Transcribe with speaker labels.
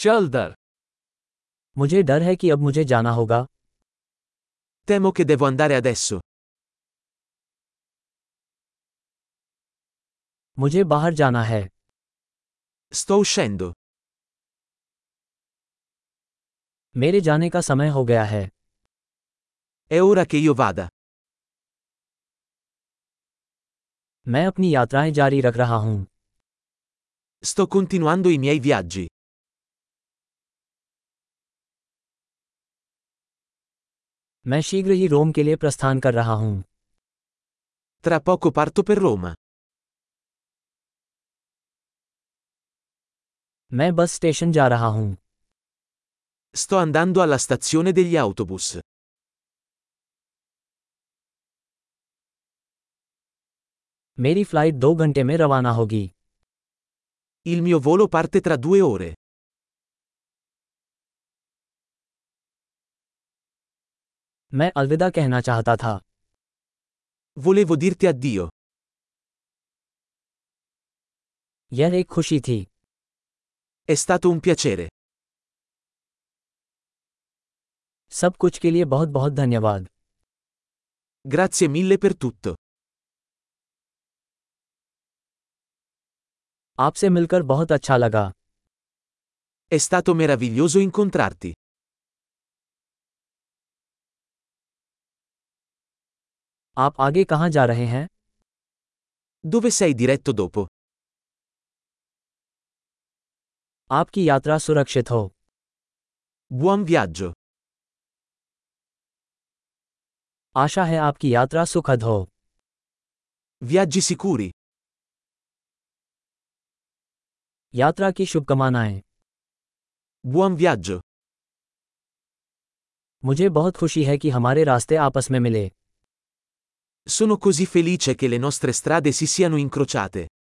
Speaker 1: C'è dar.
Speaker 2: मुझे डर है कि अब मुझे जाना होगा
Speaker 1: Temo che devo andare adesso.
Speaker 2: मुझे बाहर जाना है
Speaker 1: Sto uscendo.
Speaker 2: मेरे जाने का समय हो गया है
Speaker 1: È ora che io vada.
Speaker 2: मैं अपनी यात्राएं जारी रख रहा हूँ
Speaker 1: Sto continuando i miei viaggi.
Speaker 2: मैं शीघ्र ही रोम के लिए प्रस्थान कर रहा हूँ
Speaker 1: Tra poco parto per Roma.
Speaker 2: मैं बस स्टेशन जा रहा हूँ
Speaker 1: Sto andando alla stazione degli autobus.
Speaker 2: मेरी फ्लाइट दो घंटे में रवाना होगी
Speaker 1: Il mio volo parte tra due ore.
Speaker 2: मैं अलविदा कहना चाहता था
Speaker 1: Volevo dirti addio.
Speaker 2: यह एक खुशी थी
Speaker 1: È stato un piacere.
Speaker 2: सब कुछ के लिए बहुत बहुत धन्यवाद
Speaker 1: Grazie mille per tutto.
Speaker 2: आपसे मिलकर बहुत अच्छा लगा
Speaker 1: È stato meraviglioso incontrarti.
Speaker 2: आप आगे कहाँ जा रहे हैं
Speaker 1: Dove sei diretto dopo?
Speaker 2: आपकी यात्रा सुरक्षित हो
Speaker 1: Buon viaggio.
Speaker 2: आशा है आपकी यात्रा सुखद हो
Speaker 1: Viaggi sicuri.
Speaker 2: यात्रा की शुभकामनाएं
Speaker 1: Buon viaggio.
Speaker 2: मुझे बहुत खुशी है कि हमारे रास्ते आपस में मिले
Speaker 1: Sono così felice che le nostre strade si siano incrociate.